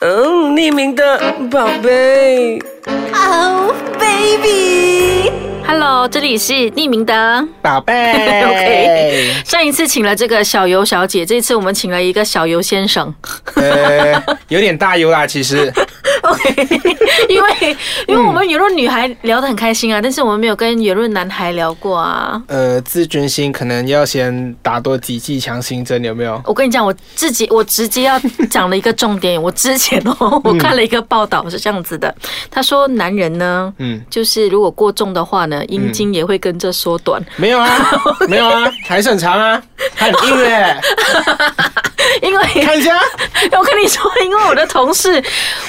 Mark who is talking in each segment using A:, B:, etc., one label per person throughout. A: 哦匿名的宝贝。
B: Oh baby，
C: Hello，这里是匿名的。
D: 宝 贝
C: OK 上一次请了这个小游小姐，这次我们请了一个小游先生。
D: 呃，有点大油啦，其实
C: OK，因为因为我们圆润女孩聊得很开心啊，但是我们没有跟圆润男孩聊过啊。
D: 呃，自尊心可能要先打多几剂强心针，有没有？
C: 我跟你讲，我自己我直接要讲了一个重点。 我之前哦，我看了一个报道是这样子的，他说男人呢，
D: 嗯，
C: 就是如果过重的话呢，阴茎也会跟着缩短。
D: 没有啊，没有啊，还是很长啊，很硬 哎、
C: 因为
D: 看一下，
C: 我跟你说，因为我的同事，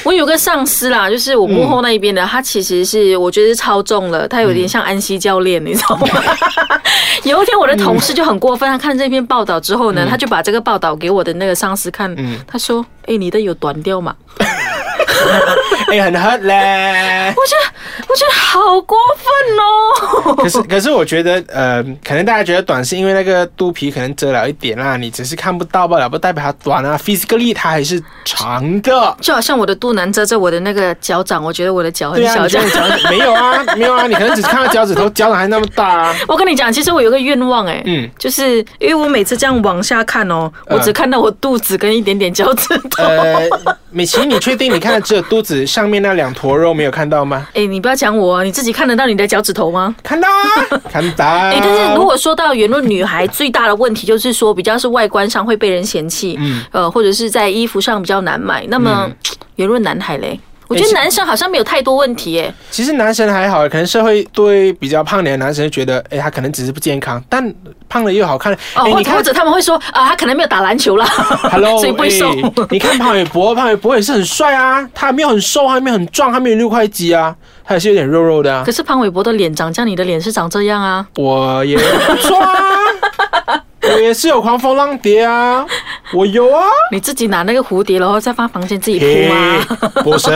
C: 我有个上司啦，就是我幕后那一边的，他其实是我觉得是超重了，他有点像安西教练，你知道吗？ 有一天我的同事就很过分，他看这篇报道之后呢，
D: 嗯
C: 他就把这个报道给我的那个上司看，他说：“哎、你的有短掉吗？”
D: 哎、很 hurt 嘞。
C: 我觉得我觉得好过分哦。
D: 可是，可是我觉得，呃，可能大家觉得短是因为那个肚皮可能遮了一点啦，你只是看不到罢了，不代表它短啊，physically 它还是长的。
C: 就好像我的肚腩遮着我的那个脚掌，我觉得我的脚很
D: 对啊，
C: 小
D: 你
C: 这
D: 这
C: 样
D: 样。讲没有啊，没有啊，你可能只看到脚趾头，脚掌还那么大啊。
C: 我跟你讲，其实我有个愿望哎、
D: 嗯
C: 就是因为我每次这样往下看哦，我只看到我肚子跟一点点脚趾头。哎、
D: 呃，美琪，你确定你看的只有肚子上面那两坨肉没有看到吗？
C: 哎你不要讲我，你自己看得到你的脚趾头吗？
D: 看 到啊，看到。
C: 哎、但是如果说到圆润女孩，最大的问题就是说，比较是外观上会被人嫌弃，
D: 嗯
C: 呃，或者是在衣服上比较难买。那么圆润、男孩嘞，我觉得
D: 是
C: 男生好像没有太多问题哎、
D: 其实男生还好，可能社会对比较胖点的男生觉得，哎，他可能只是不健康，但胖了又好看。
C: 哦，
D: 哎
C: 或
D: 你
C: 者或
D: 看
C: 者他们会说啊，他可能没有打篮球啦
D: ，Hello，
C: 所以不会瘦。
D: 哎 你看潘玮柏，潘玮柏也是很帅啊，他没有很瘦，还没有很壮，他没有六块肌啊，他也是有点肉肉的啊
C: 可。是潘玮柏的脸长这样，你的脸是长这样啊？
D: 我也不错啊， 我也是有狂风浪蝶啊，我有 啊。
C: 你自己拿那个蝴蝶，然后再放房间自己铺吗
D: 嘿嗯不是，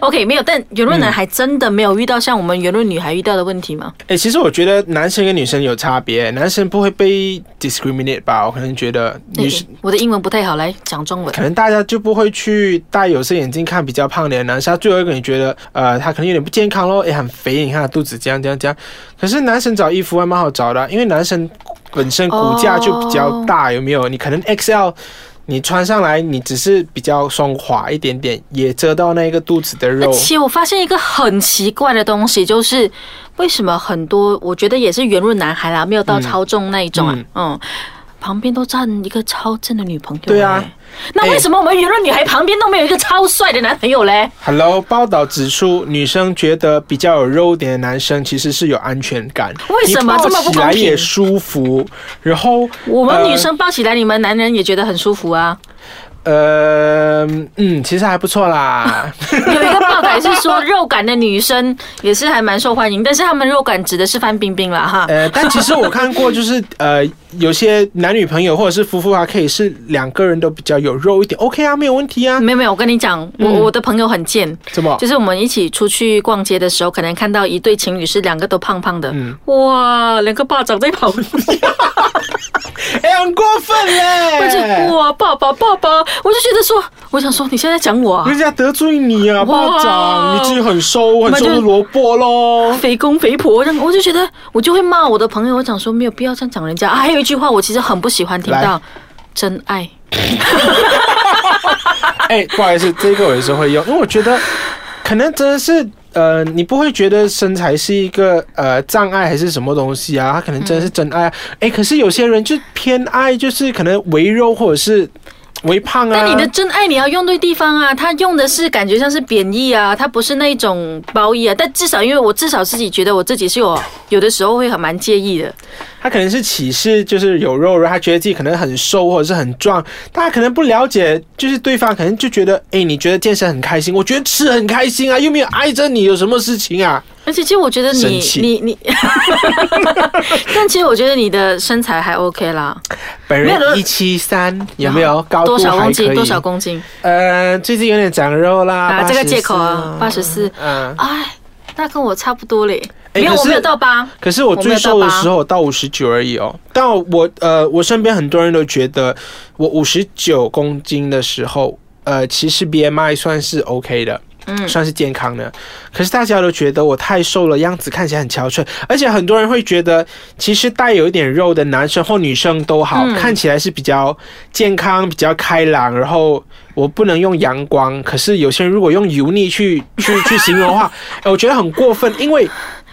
C: ？OK，没有。但圆润男孩真的没有遇到像我们圆润女孩遇到的问题吗？
D: 哎、其实我觉得男生跟女生有差别，男生不会被 discriminate 吧？我可能觉得女生。
C: 哎我的英文不太好，来讲中文
D: 可。能大家就不会去戴有色眼镜看比较胖的男生，他最后一个你觉得，呃，他可能有点不健康咯，也很肥，你看他肚子这样这样这样。可是男生找衣服还蛮好找的啊、因为男生本身骨架就比较大，有没有？你可能 XL，你穿上来你只是比较松垮一点点，也遮到那个肚子的
C: 而
D: 肉。
C: 且我发现一个很奇怪的东西，就是为什么很多我觉得也是圆润男孩啦，没有
D: 嗯
C: 到超重那一种啊，嗯。旁边都站一个超正的女朋友、
D: 对啊
C: 哎，那为什么我们圆润女孩旁边都没有一个超帅的男朋友嘞？
D: Hello，报道指出，女生觉得比较有肉点的男生其实是有安全感，
C: 为什么
D: 你抱
C: 这么不
D: 起
C: 公
D: 来
C: 平
D: 也舒服，然后
C: 我们
D: 呃
C: 女生抱起来，你们男人也觉得很舒服啊。
D: 呃，嗯，其实还不 错啦。
C: 有一个报道是说， 肉感的女生也是还蛮受欢迎，但是她们肉感指的是范冰冰啦哈。
D: 呃，但其实我看过，就是呃，有些男女朋友或者是夫妇啊，可以是两个人都比较有肉一点，OK 啊，没有问题啊。
C: 没有没有，我跟你讲，我
D: 嗯
C: 我的朋友很贱，
D: 怎么
C: 嗯就？是我们一起出去逛街的时候，可能看到一对情侣是两个都胖胖的，哇，两个巴掌在跑，
D: 哎、很过分
C: 我就
D: 嘞！
C: 哇爸爸爸爸，我就觉得说，我想说你现在讲我 啊
D: 人，家得罪你啊，
C: 哇
D: 巴掌，你自己很瘦，很瘦
C: 那
D: 的
C: 就
D: 萝卜咯。
C: 肥公肥婆，让我就觉得我就会骂我的朋友，我讲说没有必要这样讲人家、啊。还有一句话我其实很不喜欢听到
D: 来，
C: 真爱。
D: 哎、不好意思，这个我有时候会用，因为我觉得可能真的是。呃，你不会觉得身材是一个呃障碍还是什么东西啊？他可能真的是真爱啊。哎、可是有些人就偏爱，就是可能围肉或者是围胖啊。
C: 但你的真爱你要用对地方啊，他用的是感觉像是贬义啊，他不是那一种褒义啊。但至少因为我至少自己觉得我自己是有有的时候会很蛮介意的。
D: 他可能是歧视，就是有肉，然后他觉得自己可能很瘦或者是很壮，大家可能不了解，就是对方可能就觉得，哎、你觉得健身很开心，我觉得吃很开心啊，又没有挨着你，有什么事情啊？
C: 而且其实我觉得你
D: 生气
C: 你你， 但其实我觉得你的身材还 OK 啦，
D: 本
C: 没有
D: 人
C: 人
D: 一七三，有没有高度
C: 多少
D: 还
C: 公
D: 可
C: 斤？
D: 以？
C: 多少？公斤？
D: 呃，最近有点长肉啦，
C: 啊，这个
D: 84
C: 借口啊，八十四。
D: 嗯，
C: 哎，那跟我差不多嘞。
D: 哎
C: 没有，
D: 可
C: 我
D: 是
C: 没有到八。
D: 可是我最瘦的时候到五十九而已哦，但我呃，我身边很多人都觉得我五十九公斤的时候，呃，其实 BMI 算是 OK 的。
C: 嗯
D: 算是健康的，可是大家都觉得我太瘦了，样子看起来很憔悴，而且很多人会觉得，其实带有一点肉的男生或女生都好，
C: 嗯
D: 看起来是比较健康、比较开朗。然后我不能用阳光，可是有些人如果用油腻去 去去形容的话，哎我觉得很过分，因为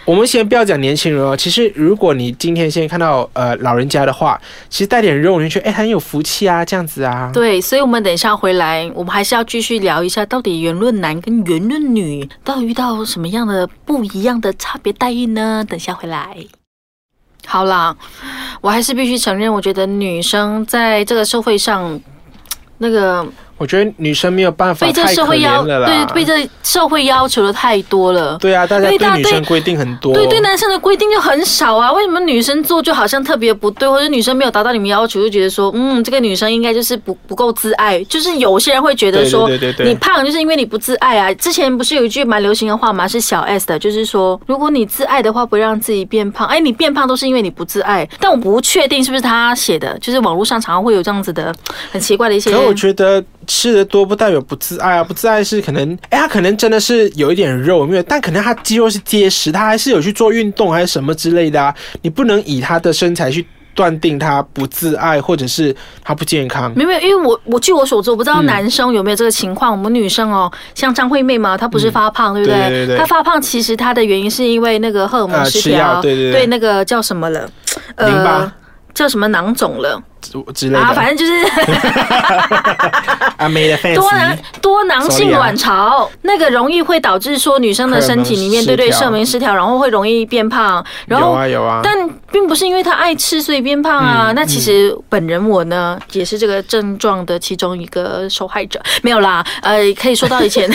D: 我们先不要讲年轻人哦，其实如果你今天先看到呃老人家的话，其实带点肉，你就觉得哎很有福气啊，这样子啊。
C: 对，所以我们等一下回来，我们还是要继续聊一下，到底圆润男跟圆润女到底遇到什么样的不一样的差别待遇呢？等一下回来。好啦，我还是必须承认，我觉得女生在这个社会上，那个
D: 我觉得女生没有办法
C: 被这
D: 啊太可
C: 社会要
D: 怜了啦。
C: 对被这社会要求的太多了。
D: 对啊，大家
C: 对
D: 对
C: 大
D: 女生规定很多。
C: 对对，男生的规定就很少啊。为什么女生做就好像特别不对，或者女生没有达到你们要求，就觉得说，嗯，这个女生应该就是不不够自爱。就是有些人会觉得说，
D: 对对对对对
C: 你胖就是因为你不自爱啊。之前不是有一句蛮流行的话嘛，是小 S 的，就是说，如果你自爱的话，不会让自己变胖。哎，你变胖都是因为你不自爱。但我不确定是不是他写的，就是网络上常常会有这样子的很奇怪的一些
D: 可。我觉得吃的多不代表不自爱啊，不自爱是可能，哎，他可能真的是有一点肉，没有，但可能他肌肉是结实，他还是有去做运动还是什么之类的啊。你不能以他的身材去断定他不自爱或者是他不健康。
C: 没有，没有，因为我我据我所知，我不知道
D: 嗯
C: 男生有没有这个情况。我们女生哦，像张惠妹嘛，她不是发胖，对不
D: 嗯对对对
C: 她发胖其实她的原因是因为那个荷尔蒙
D: 啊
C: 失
D: 吃
C: 调，
D: 药对对对
C: 那个叫什么了，呃
D: 淋巴
C: 叫什么囊肿了
D: 之之类的，
C: 啊，反正就是
D: 啊，没的 fans，
C: 多囊多囊性
D: Sorry 啊
C: 卵巢，那个容易会导致说女生的身体里面
D: 荷
C: 对
D: 尔蒙失调
C: 对社明失调，然后会容易变胖，然
D: 有
C: 后
D: 啊有啊，
C: 但并不是因为他爱吃所以变胖啊。
D: 嗯
C: 那其实本人我呢，也是这个症状的其中一个受害者。没有啦，呃，可以说到以 前，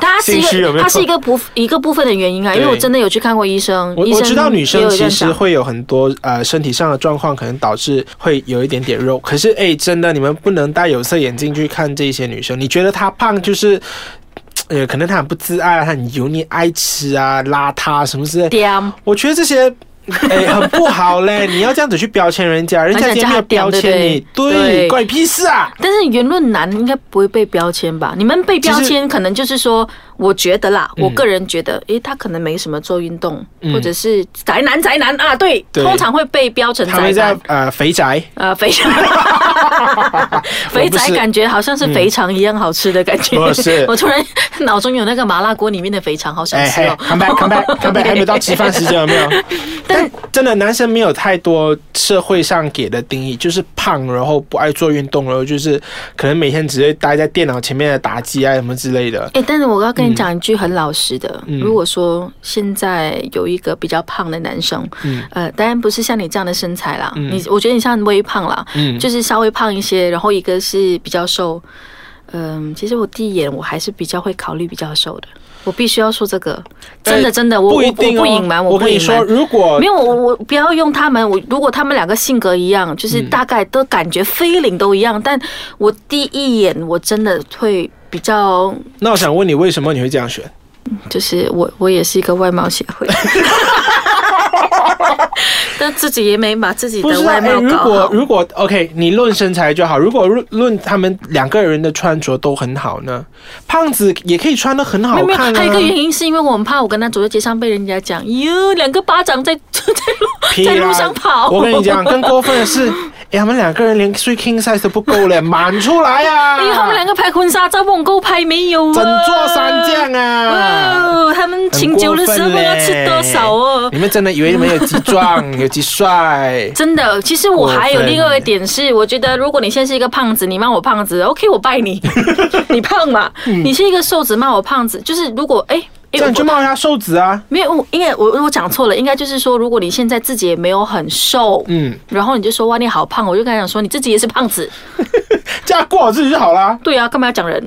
C: 它是一
D: 心虚有没
C: 个
D: 有
C: 它是一个部一个部分的原因啊。因为
D: 对
C: 我真的有去看过医生，
D: 我
C: 嗯医
D: 我
C: 生
D: 知道女
C: 也
D: 生
C: 有这
D: 其
C: 样
D: 实
C: 讲
D: 会有很多呃身体上的状况，可能导致会有一点点肉。可是哎、真的你们不能戴有色眼镜去看这些女生。你觉得她胖就是，呃，可能她很不自爱啊，她很油腻、爱吃啊、邋遢什么之类。
C: 嗲。
D: 我觉得这些。哎、很不好嘞！你要这样子去标签人家，人家今天没有标签你，
C: 而且叫她屌对不对对
D: 关你屁事啊！
C: 但是言论男应该不会被标签吧？你们被标签可能就是说，我觉得啦，我个人觉得，诶，他可能没什么做运动，
D: 嗯
C: 或者是宅男宅男啊，对，
D: 对
C: 通常会被标成
D: 他
C: 宅
D: 们
C: 男
D: 在。呃肥宅，
C: 呃，肥 肠，肥仔感觉好像是肥肠一样好吃的感觉。
D: 不嗯哦是
C: 我突然脑中有那个麻辣锅里面的肥肠，好想
D: 哎
C: 吃
D: 嘿
C: 哦。
D: ，come back，come back，come back，还没有到吃饭时间，有没有？但真的，男生没有太多社会上给的定义，就是胖，然后不爱做运动，然后就是可能每天只会待在电脑前面的打机啊什么之类的。
C: 哎、但是我要跟你讲一句很老实的，
D: 嗯
C: 如果说现在有一个比较胖的男生，
D: 嗯
C: 呃，当然不是像你这样的身材啦，
D: 嗯
C: 你我觉得你像微胖啦，
D: 嗯，
C: 就是稍微胖一些，然后一个是比较瘦，嗯、其实我第一眼我还是比较会考虑比较瘦的，我必须要说这个，真的
D: 呃
C: 真啊的，我
D: 不
C: 我
D: 一
C: 我
D: 定哦。
C: 不隐瞒，
D: 我
C: 不
D: 跟你
C: 隐
D: 说，
C: 瞒。
D: 如果
C: 没有，我我不要用他们。我如果他们两个性格一样，就是
D: 嗯
C: 大概都感觉 feeling 都一样，但我第一眼我真的会比较，
D: 那我想问你，为什么你会这样选？
C: 就是我我也是一个外貌协会， 但自己也没把自己
D: 不
C: 的
D: 是啊，
C: 外
D: 哎，
C: 貌
D: 如
C: 搞
D: 果
C: 好。
D: 如果 OK，你论身材就好。如果论论他们两个人的穿着都很好呢，胖子也可以穿的很
C: 没
D: 好
C: 有没有，
D: 看啊。
C: 还有一个原因是因为我很怕我跟他走在街上被人家讲，哟，两个巴掌在 在
D: 屁
C: 路
D: 啦
C: 在路上跑。
D: 我跟你讲，更过分的是，哎、他们两个人连睡 king size 都不 够嘞，满出来啊！
C: 哎呀，他们两个拍婚纱照，问够拍没有啊？
D: 整座山酱啊！
C: 哇，他们请酒的时候
D: 很过分
C: 要吃
D: 嘞
C: 多少哦？哎
D: 你们真的以为你们有几 壮，有几帅？
C: 真的，其实我还有另外一个点是，我觉得如果你现在是一个胖子，你骂我胖子，OK，我拜 你，你胖嘛。你是一个瘦子，骂我胖子，就是如果哎。
D: 嗯这
C: 哎
D: 样就
C: 我
D: 骂他瘦子啊！
C: 没有，我应该我我讲错了，应该就是说，如果你现在自己也没有很瘦，
D: 嗯，
C: 然后你就说哇你好胖，我就跟他讲说你自己也是胖子，。
D: 这样过好自己就好啦
C: 对啊，干嘛要讲人？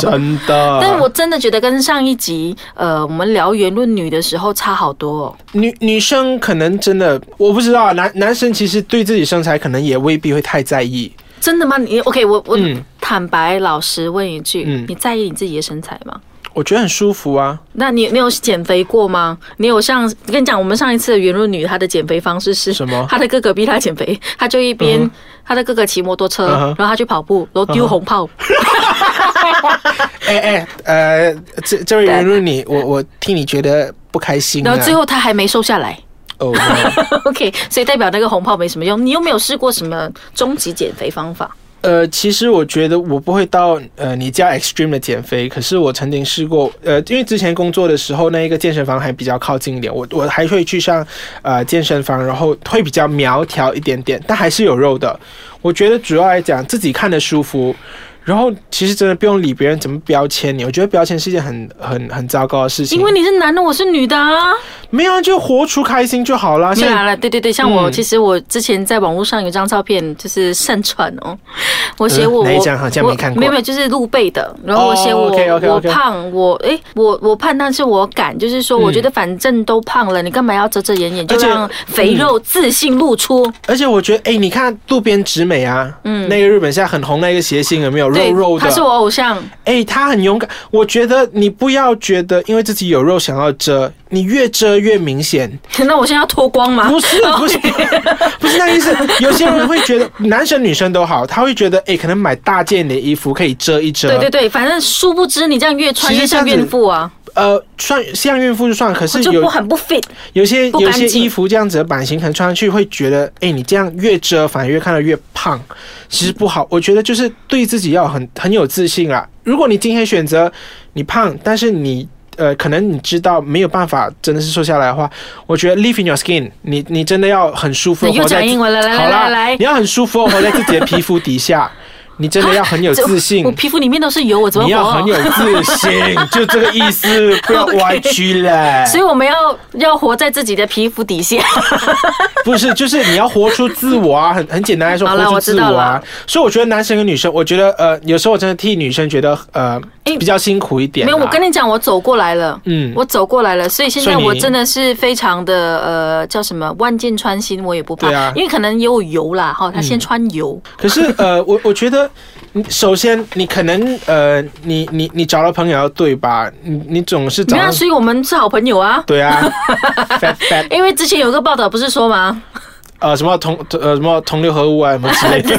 D: 真的。
C: 哦但是我真的觉得跟上一集呃我们聊言论女的时候差好多、哦。
D: 女女生可能真的我不知道啊，男男生其实对自己身材可能也未必会太在意。
C: 真的吗？你 OK？我我、
D: 嗯
C: 坦白老实问一句，
D: 嗯
C: 你在意你自己的身材吗？
D: 我觉得很舒服啊。
C: 那你你有减肥过吗？你有像跟你讲，我们上一次的圆润女她的减肥方式是
D: 什么
C: 她的哥哥逼她减肥，她就一边、
D: 嗯
C: 她的哥哥骑摩托车
D: 嗯哼嗯
C: 然后她去跑步，然后丢红炮。
D: 哎哎呃，这这位圆润你，我我替你觉得不开心、啊。
C: 然后最后他还没瘦下来
D: 哦，no
C: ，OK，所以代表那个红炮没什么用。你有没有试过什么终极减肥方法？
D: 呃，其实我觉得我不会到呃你家 extreme 的减肥，可是我曾经试过，呃，因为之前工作的时候那一个健身房还比较靠近一点，我我还会去上呃健身房，然后会比较苗条一点点，但还是有肉的。我觉得主要来讲自己看的舒服，然后其实真的不用理别人怎么标签你，我觉得标签是一件很很很糟糕的事情。
C: 因为你是男的，我是女的啊。
D: 没有啊就活出开心就好啦。
C: 没
D: 像
C: 有啊了，对对对，像我、
D: 嗯
C: 其实我之前在网络上有一张照片，就是盛传哦，我写我、我
D: 嗯哪一张好像没看过
C: 我没有没有，就是露背的，然后我写我、
D: 哦，OK，OK，OK 嗯
C: 我胖，我诶，我我胖，但是我敢，就是说我觉得反正都胖了，你干嘛要遮遮掩掩，就
D: 而且嗯
C: 让肥肉自信露出，
D: 而且我觉得，哎，你看渡边直美啊，嗯，那个日本现在很红那个谐星有没有
C: 对
D: 肉肉，的？
C: 他是我偶像，
D: 哎、他很勇敢。我觉得你不要觉得因为自己有肉想要遮，你越遮越明显。
C: 那我现在要脱光吗？
D: 不是，啊不是， 不是那意思。有些人会觉得，男生女生都好，他会觉得，哎、可能买大件的衣服可以遮一遮。
C: 对对对，反正殊不知你这样越穿
D: 其
C: 越
D: 实这样
C: 像
D: 子
C: 孕妇啊，
D: 呃，算像孕妇就算，可是
C: 哦就不
D: 有
C: 很不 fit。
D: 有些
C: 不干
D: 有些
C: 净
D: 衣服这样子的版型，可能穿上去会觉得，哎、你这样越遮反而越看得越胖，其实不好。我觉得就是对自己要很很有自信啦。如果你今天选择你胖，但是你呃，可能你知道没有办法真的是瘦下来的话，我觉得 live in your skin，你你真的要很舒服地
C: 你又
D: 活在
C: 讲
D: 自，
C: 英文了，来
D: 好
C: 来
D: 啦
C: 来来
D: 你。要很舒服地活在自 己的皮肤底下，你真的要很有
C: 这
D: 自信
C: 我。皮肤里面都是啊油，我怎么
D: 你
C: 活
D: 要
C: 啊？
D: 很有自信，就这个意 思，不要歪曲了。
C: 所以我们要要活在自己的皮肤底下。
D: 不是，就是你要活出自我啊，很很简单来 说，
C: 好啦
D: 活出自我
C: 我知道
D: 啊
C: 啦。
D: 所以我觉得男生跟女生，我觉得呃，有时候我真的替女生觉得呃
C: 哎
D: 比较辛苦一点、啊。
C: 没有，我跟你讲，我走过来了。
D: 嗯，
C: 我走过来了，所以现在
D: 所以
C: 我
D: 你
C: 真的是非常的呃，叫什么万箭穿心，我也不怕，
D: 对啊
C: 因为可能也有油啦哈，他先穿油，
D: 可是呃，我我觉得，你首先你可能呃，你你你找了朋友要对吧？你你总是找
C: 那、所以我们是好朋友啊。
D: 对 啊，fat fat
C: 因为之前有个报道不是说吗？
D: 呃什么同呃什么同流合污啊什么之 类的。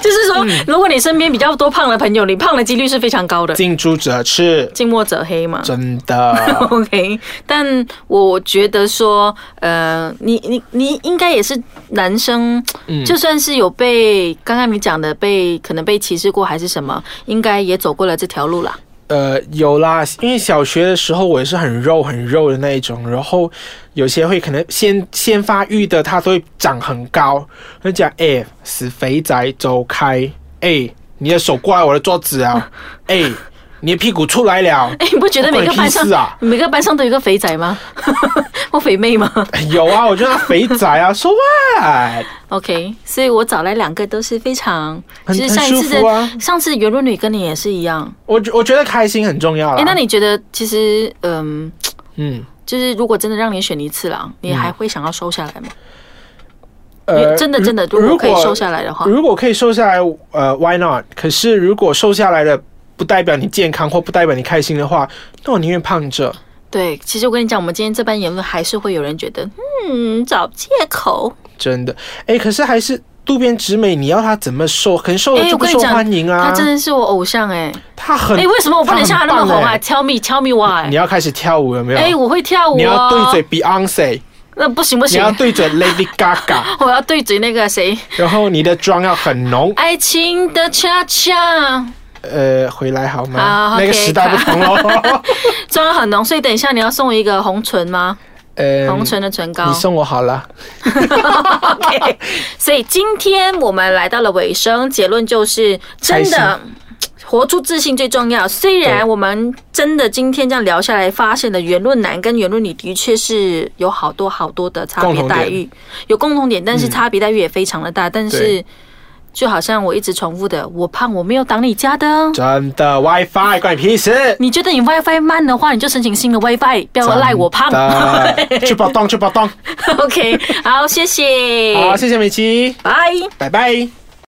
C: 就是说，
D: 嗯
C: 如果你身边比较多胖的朋友，你胖的几率是非常高的，
D: 近朱者赤，
C: 近墨者黑嘛。。
D: 真的
C: OK，但我觉得说，呃，你你你应该也是男生，
D: 嗯
C: 就算是有被刚刚你讲的被可能被歧视过还是什么，应该也走过了这条路啦。
D: 呃，有啦，因为小学的时候我也是很肉很肉的那一种，然后有些会可能先先发育的，它都会长很高，会讲哎，死肥宅，走开！哎、你的手过来我的桌子啊！ 哎、你的屁股出来了！
C: 哎，你不觉得每个班上
D: 关你屁事、啊
C: 每个班上都有一个肥仔吗？ 或肥妹吗
D: 有啊，我觉得他肥宅啊，so what？
C: ？OK，所以我找来两个都是非常，
D: 很
C: 就是上一次
D: 很舒服
C: 的、
D: 啊
C: 上次圆润女跟你也是一样。
D: 我觉我觉得开心很重要啦。
C: 哎，那你觉得其实，嗯、
D: 嗯
C: 就是如果真的让你选一次啦，你还会想要瘦下来吗？
D: 呃
C: 真的真的，如
D: 如
C: 果可以瘦下来的话，
D: 如果可以瘦下来，呃，Why not？可是如果瘦下来的不代表你健康或不代表你开心的话，那我宁愿胖着。
C: 对，其实我跟你讲，我们今天这番言论还是会有人觉得，嗯，找借口。
D: 真的，哎，可是还是渡边直美，你要她怎么瘦？很瘦
C: 哎
D: 哦了
C: 我
D: 就不
C: 跟你
D: 受
C: 讲
D: 欢迎啊！
C: 他真的是我偶像哎、
D: 她很
C: 哎、为什么我不能像他那么
D: 她很
C: 红
D: 棒
C: 啊
D: 哎
C: ？Tell me, tell me
D: 你
C: why。
D: 要开始跳舞了没有？
C: 哎、我会跳舞、哦。
D: 你要对嘴。Beyonce，
C: 那不行不
D: 你
C: 行
D: 要，对准 Lady Gaga，
C: 我要对嘴那个谁，
D: 然后你的妆要很浓。
C: 爱情的恰恰
D: 呃，回来好吗？
C: 好
D: 那个
C: OK，
D: 时代不同喽。
C: 妆很浓，所以等一下你要送我一个红唇吗？
D: 呃，
C: 红唇的哦唇膏。
D: 你送我好了。
C: OK，所 以今天我们来到了尾声，结论就是真的。活出自信最重要。虽
D: 对
C: 然我们真的今天这样聊下来，发现了圆润男跟圆润女的确是有好多好多的差
D: 共
C: 别
D: 同
C: 待
D: 点
C: 遇，有共同点，但是
D: 嗯
C: 差别待遇也非常的大。但是
D: 对
C: 就好像我一直重复的，我胖我没有挡你家的。
D: 真的 WiFi 关你屁事！
C: 你觉得你 WiFi 慢的话，你就申请新的 WiFi，不要赖我胖。
D: 真的去跑动去跑动。
C: OK，好，谢谢，
D: 好，谢谢美琪，
C: 拜。
D: 拜拜。